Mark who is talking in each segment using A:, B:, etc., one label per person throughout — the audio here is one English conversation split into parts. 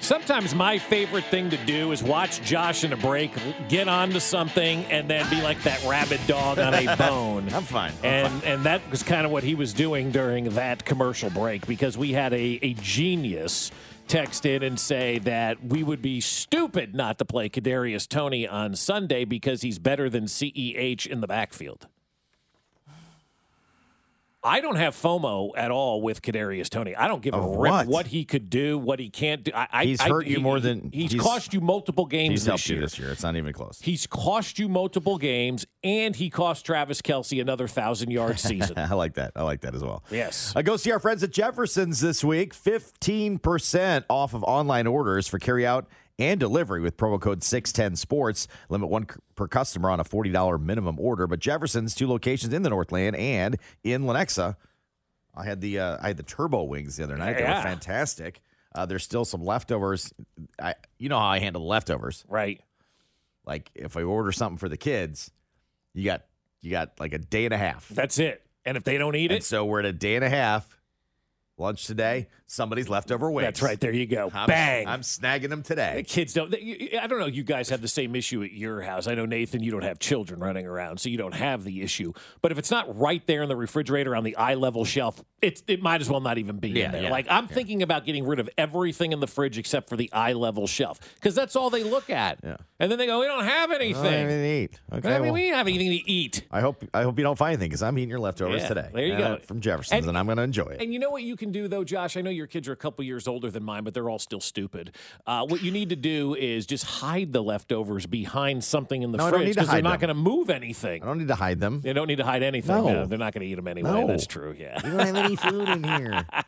A: Sometimes my favorite thing to do is watch Josh in a break get onto something and then be like that rabid dog on a bone.
B: I'm fine. I'm
A: and and that was kind of what he was doing during that commercial break because we had a, a genius text in and say that we would be stupid not to play Kadarius Tony on Sunday because he's better than CEH in the backfield. I don't have FOMO at all with Kadarius Tony. I don't give a
B: Of
A: rip
B: what?
A: what he could do, what he can't do. I, I-
B: He's
A: I-
B: hurt you
A: he-
B: more
A: he-
B: than-
A: he's,
B: he's-
A: cost you multiple games
B: He's
A: this
B: helped
A: year.
B: you this year. It's not even close.
A: He's cost you multiple games, and he cost Travis Kelsey another thousand yard season.
B: I like that. I like that as well.
A: Yes.
B: Uh, go see our friends at Jefferson's this week. 15% off of online orders for carryout and delivery with promo code 610sports. Limit one c- per customer on a $40 minimum order. But Jefferson's two locations in the Northland and in Lenexa. I had the uh, I had the turbo wings the other night. They
A: Yeah.
B: were fantastic. Uh, there's still some leftovers. I you know how I handle leftovers
A: right.
B: like if I order something for the kids, you got you got like a day and a half.
A: That's it. And if they don't eat
B: And
A: it,
B: so we're at a day and a half. Lunch today, somebody's leftover wings.
A: that's right. There you go.
B: I'm,
A: Bang.
B: I'm snagging them
A: the
B: today.
A: Uh, kids don't. they- I don't know. You guys have the same issue at your house. I know Nathan. You don't have children running around, so you don't have the issue. But if it's not right there in the refrigerator on the eye level shelf, it's it might as well not even be
B: Yeah,
A: in there.
B: yeah,
A: like I'm thinking about getting rid of everything in the fridge except for the eye level shelf because that's all they look at.
B: Yeah.
A: And then they go, we don't have anything.
B: I haven't even eat. Okay.
A: I mean,
B: well,
A: we don't have anything to eat.
B: I hope I hope you don't find anything because I'm eating your leftovers
A: Yeah,
B: today.
A: there you
B: And,
A: go.
B: uh, From Jefferson's, and,
A: And-
B: I'm going to enjoy it.
A: And you know what you can do though, Josh? I know your kids are a couple years older than mine, but they're all still stupid. Uh, what you need to do is just hide the leftovers behind something in the
B: No, I don't
A: fridge
B: need to
A: because they're
B: hide
A: not
B: them.
A: going to move anything.
B: I don't need to hide them.
A: they don't need to hide anything.
B: No.
A: they're not going to eat them anyway.
B: No.
A: That's true. Yeah.
B: You don't have any food in here. you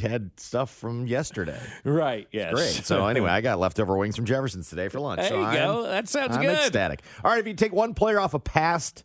B: had stuff from yesterday.
A: right. Yes.
B: Great. So anyway, I got leftover wings from Jefferson's today for lunch.
A: There
B: so
A: you
B: I'm-
A: go. That sounds
B: I'm
A: good.
B: ecstatic. All right, if you take one player off a past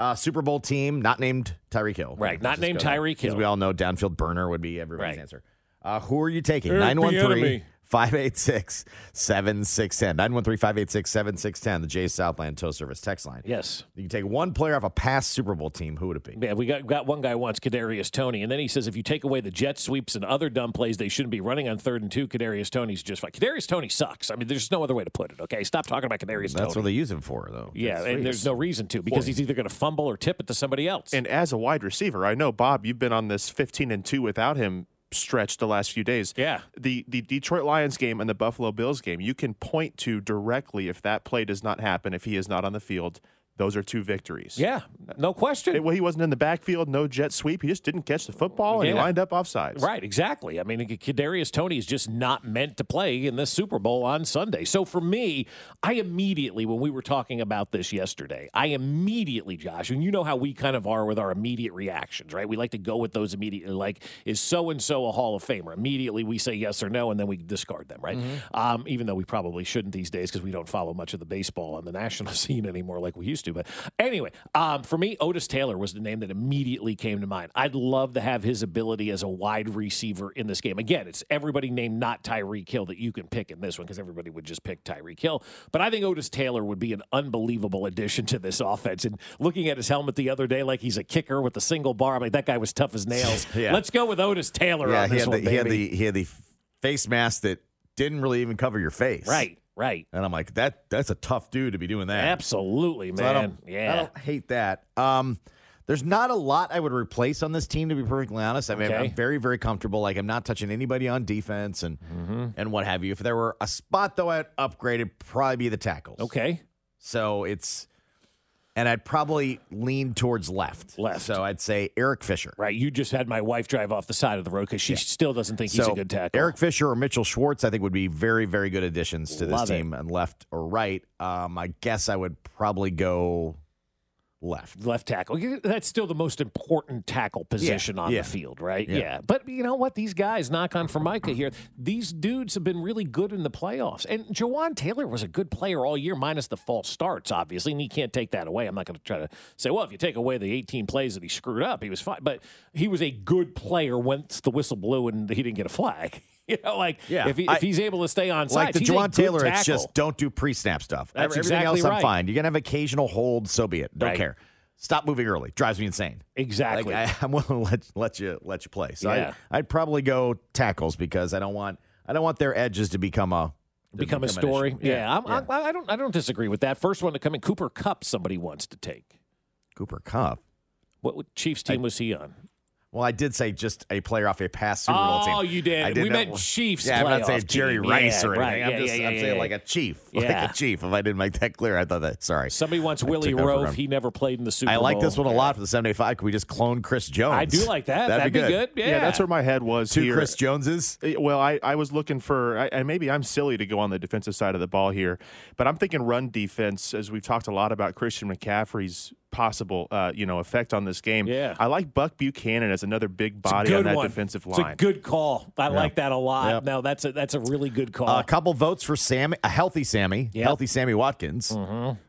B: uh, Super Bowl team, not named Tyreek Hill.
A: Right,
B: Let's
A: not
B: just
A: named
B: go there.
A: Tyreek
B: 'Cause
A: Hill.
B: We all know downfield burner would be everybody's
A: Right.
B: answer. Uh, who are you taking?
A: Eric
B: 913
A: Bieniemy.
B: 586 7610. 913 586 7610, the Jay Southland Tow Service text line.
A: Yes.
B: You can take one player off a past Super Bowl team. Who would it be?
A: Yeah, we got, got one guy wants Kadarius Tony, and then he says if you take away the jet sweeps and other dumb plays they shouldn't be running on third and two, Kadarius Tony's just fine. Kadarius Tony sucks. I mean, there's no other way to put it. Okay, stop talking about Kadarius Tony.
B: That's what they use him for, though.
A: Yeah,
B: Sweet.
A: and there's no reason to because he's either going to fumble or tip it to somebody else.
C: And as a wide receiver, I know Bob, you've been on this 15 and 2 without him stretch the last few days.
A: Yeah.
C: The the Detroit Lions game and the Buffalo Bills game, you can point to directly if that play does not happen if he is not on the field. Those are two victories.
A: yeah, no question.
C: It- well, he wasn't in the backfield, no jet sweep. He just didn't catch the football and
A: Yeah.
C: he lined up offsides.
A: Right, exactly. I mean, Kadarius Tony is just not meant to play in this Super Bowl on Sunday. So for me, I immediately, when we were talking about this yesterday, I immediately, Josh, and you know how we kind of are with our immediate reactions, right? We like to go with those immediately. Like, is so and so a Hall of Famer? Immediately, we say yes or no, and then we discard them, right?
C: Mm-hmm.
A: Um, even though we probably shouldn't these days because we don't follow much of the baseball on the national scene anymore like we used to. But anyway, um, for me, Otis Taylor was the name that immediately came to mind. I'd love to have his ability as a wide receiver in this game. Again, it's everybody named not Tyreek Hill that you can pick in this one because everybody would just pick Tyreek Hill. But I think Otis Taylor would be an unbelievable addition to this offense. And looking at his helmet the other day, like he's a kicker with a single bar, I'm like, that guy was tough as nails.
B: Yeah.
A: Let's go with Otis Taylor
B: Yeah,
A: on
B: he
A: this
B: had,
A: one,
B: the, he had
A: baby.
B: the he had the face mask that didn't really even cover your face.
A: Right, right.
B: And I'm like, that that's a tough dude to be doing that.
A: Absolutely,
B: So I
A: man.
B: don't,
A: yeah.
B: I don't hate that. Um, there's not a lot I would replace on this team, to be perfectly honest. I mean,
A: Okay.
B: I'm very, very comfortable. Like, I'm not touching anybody on defense and
A: Mm-hmm.
B: and what have you. If there were a spot though, I'd upgrade it. Probably be the tackles.
A: Okay.
B: So it's, and I'd probably lean towards left.
A: Left.
B: So I'd say Eric Fisher.
A: Right. You just had my wife drive off the side of the road because she still doesn't think he's a good tackle.
B: Eric Fisher or Mitchell Schwartz, I think, would be very, very good additions to this uh,
A: Love it.
B: team, and left or right. Um, I guess I would probably go left.
A: left tackle. You- That's still the most important tackle position on
B: yeah.
A: the field, right?
B: Yeah.
A: Yeah. But you know what? These guys, knock on for Micah here, these dudes have been really good in the playoffs. And Jawan Taylor was a good player all year, minus the false starts, obviously. And he can't take that away. I'm not going to try to say, well, if you take away the 18 plays that he screwed up, he was fine. But he was a good player once the whistle blew and he didn't get a flag. You know, like
B: Yeah,
A: if, he,
B: I-
A: if he's able to stay on side,
B: like the Juwan Taylor, it's just don't do pre-snap stuff.
A: That's
B: Everything
A: exactly
B: else, I'm
A: right.
B: fine. You're gonna have occasional hold, so be it. Don't
A: Right.
B: care. Stop moving early. Drives me insane. Like,
A: exactly.
B: I, I'm willing to let, let you let you play. So
A: Yeah.
B: I, I'd probably go tackles because I don't want I don't want their edges to become a to
A: become a
B: an
A: story.
B: issue.
A: Yeah, I'm, I, I don't. I don't disagree with that. First one to come in, Cooper Cup. Somebody wants to take.
B: Cooper Cup.
A: What Chiefs team was he on?
B: Well, I did say just a player off a past Super Bowl team.
A: Oh, you did.
B: I
A: We
B: know-
A: meant Chiefs
B: Yeah, I'm not saying
A: playoff
B: Jerry
A: team.
B: Rice
A: Yeah,
B: or
A: right.
B: anything. I'm
A: Yeah,
B: just
A: yeah,
B: I'm
A: yeah,
B: saying
A: yeah.
B: like a chief,
A: Yeah.
B: like a chief. If I didn't make that clear, I thought that. Sorry.
A: Somebody wants Willie
B: took over
A: Rove.
B: from-
A: He never played in the Super
B: I
A: Bowl.
B: like this one a lot for the 75. Can we just clone Chris Jones?
A: I do like that.
B: That'd, be, good.
A: Yeah.
C: Yeah, that's where my head was
B: Two
C: here.
B: Chris Joneses.
C: Uh, Well, I, I was looking for, I, and maybe I'm silly to go on the defensive side of the ball here, but I'm thinking run defense, as we've talked a lot about Christian McCaffrey's possible, uh, you know, effect on this game.
A: Yeah.
C: I like Buck Buchanan as another big
A: It's a
C: body
A: good
C: on that
A: one.
C: defensive
A: It's
C: line.
A: a good call. I like that a lot.
B: Yeah.
A: No, that's a that's a really good call.
B: A couple votes for Sammy, a healthy Sammy,
A: Uh-huh. Yep. Mm-hmm.
B: healthy Sammy Watkins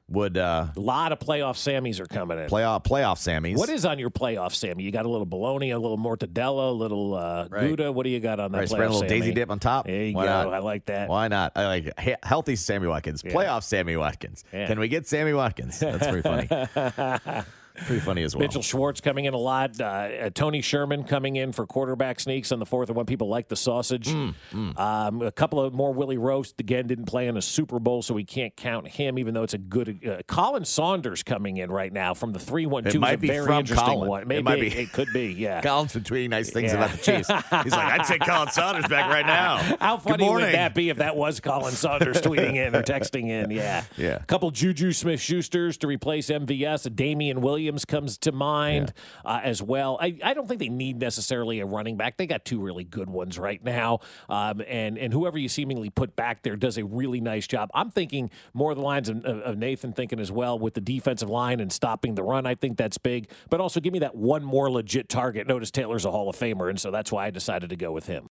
B: would uh,
A: a lot of playoff Sammys are coming in.
B: playoff playoff Sammys.
A: what is on your playoff, Sammy? You got a little bologna, a little mortadella, a little uh,
B: Right.
A: gouda. What do you got on that
B: right,
A: playoff,
B: spread a little daisy
A: Sammy?
B: dip on top?
A: There you
B: Why
A: go.
B: not?
A: I like that.
B: Why not? I like he- healthy Sammy Watkins, playoff Sammy Watkins.
A: Yeah.
B: Can we get Sammy Watkins? That's pretty funny. pretty funny as well.
A: Mitchell Schwartz coming in a lot. Uh, uh, Tony Sherman coming in for quarterback sneaks on the fourth and one. People like the sausage.
B: Mm,
A: Um, a couple of more Willie Roast again didn't play in a Super Bowl, so we can't count him, even though it's a good. Uh, Colin Saunders coming in right now from the three one two.
B: It might
A: a
B: be
A: very
B: from
A: interesting
B: Colin.
A: one.
B: It
A: Maybe it,
B: might be.
A: it could be. Yeah.
B: Collins been tweeting nice things
A: Yeah.
B: about the Chiefs. He's like, I'd take Colin Saunders back right now.
A: How
B: Good
A: funny would
B: morning.
A: that be if that was Colin Saunders tweeting in or texting in? Yeah.
B: Yeah.
A: A couple Juju Smith Schusters to replace MVS. Damian Williams comes to mind uh, as well. I, I don't think they need necessarily a running back. They got two really good ones right now. Um, and, and whoever you seemingly put back there does a really nice job. I'm thinking more of the lines of, of- of Nathan thinking as well with the defensive line and stopping the run. I think that's big. But also give me that one more legit target. Notice Taylor's a Hall of Famer. And so that's why I decided to go with him.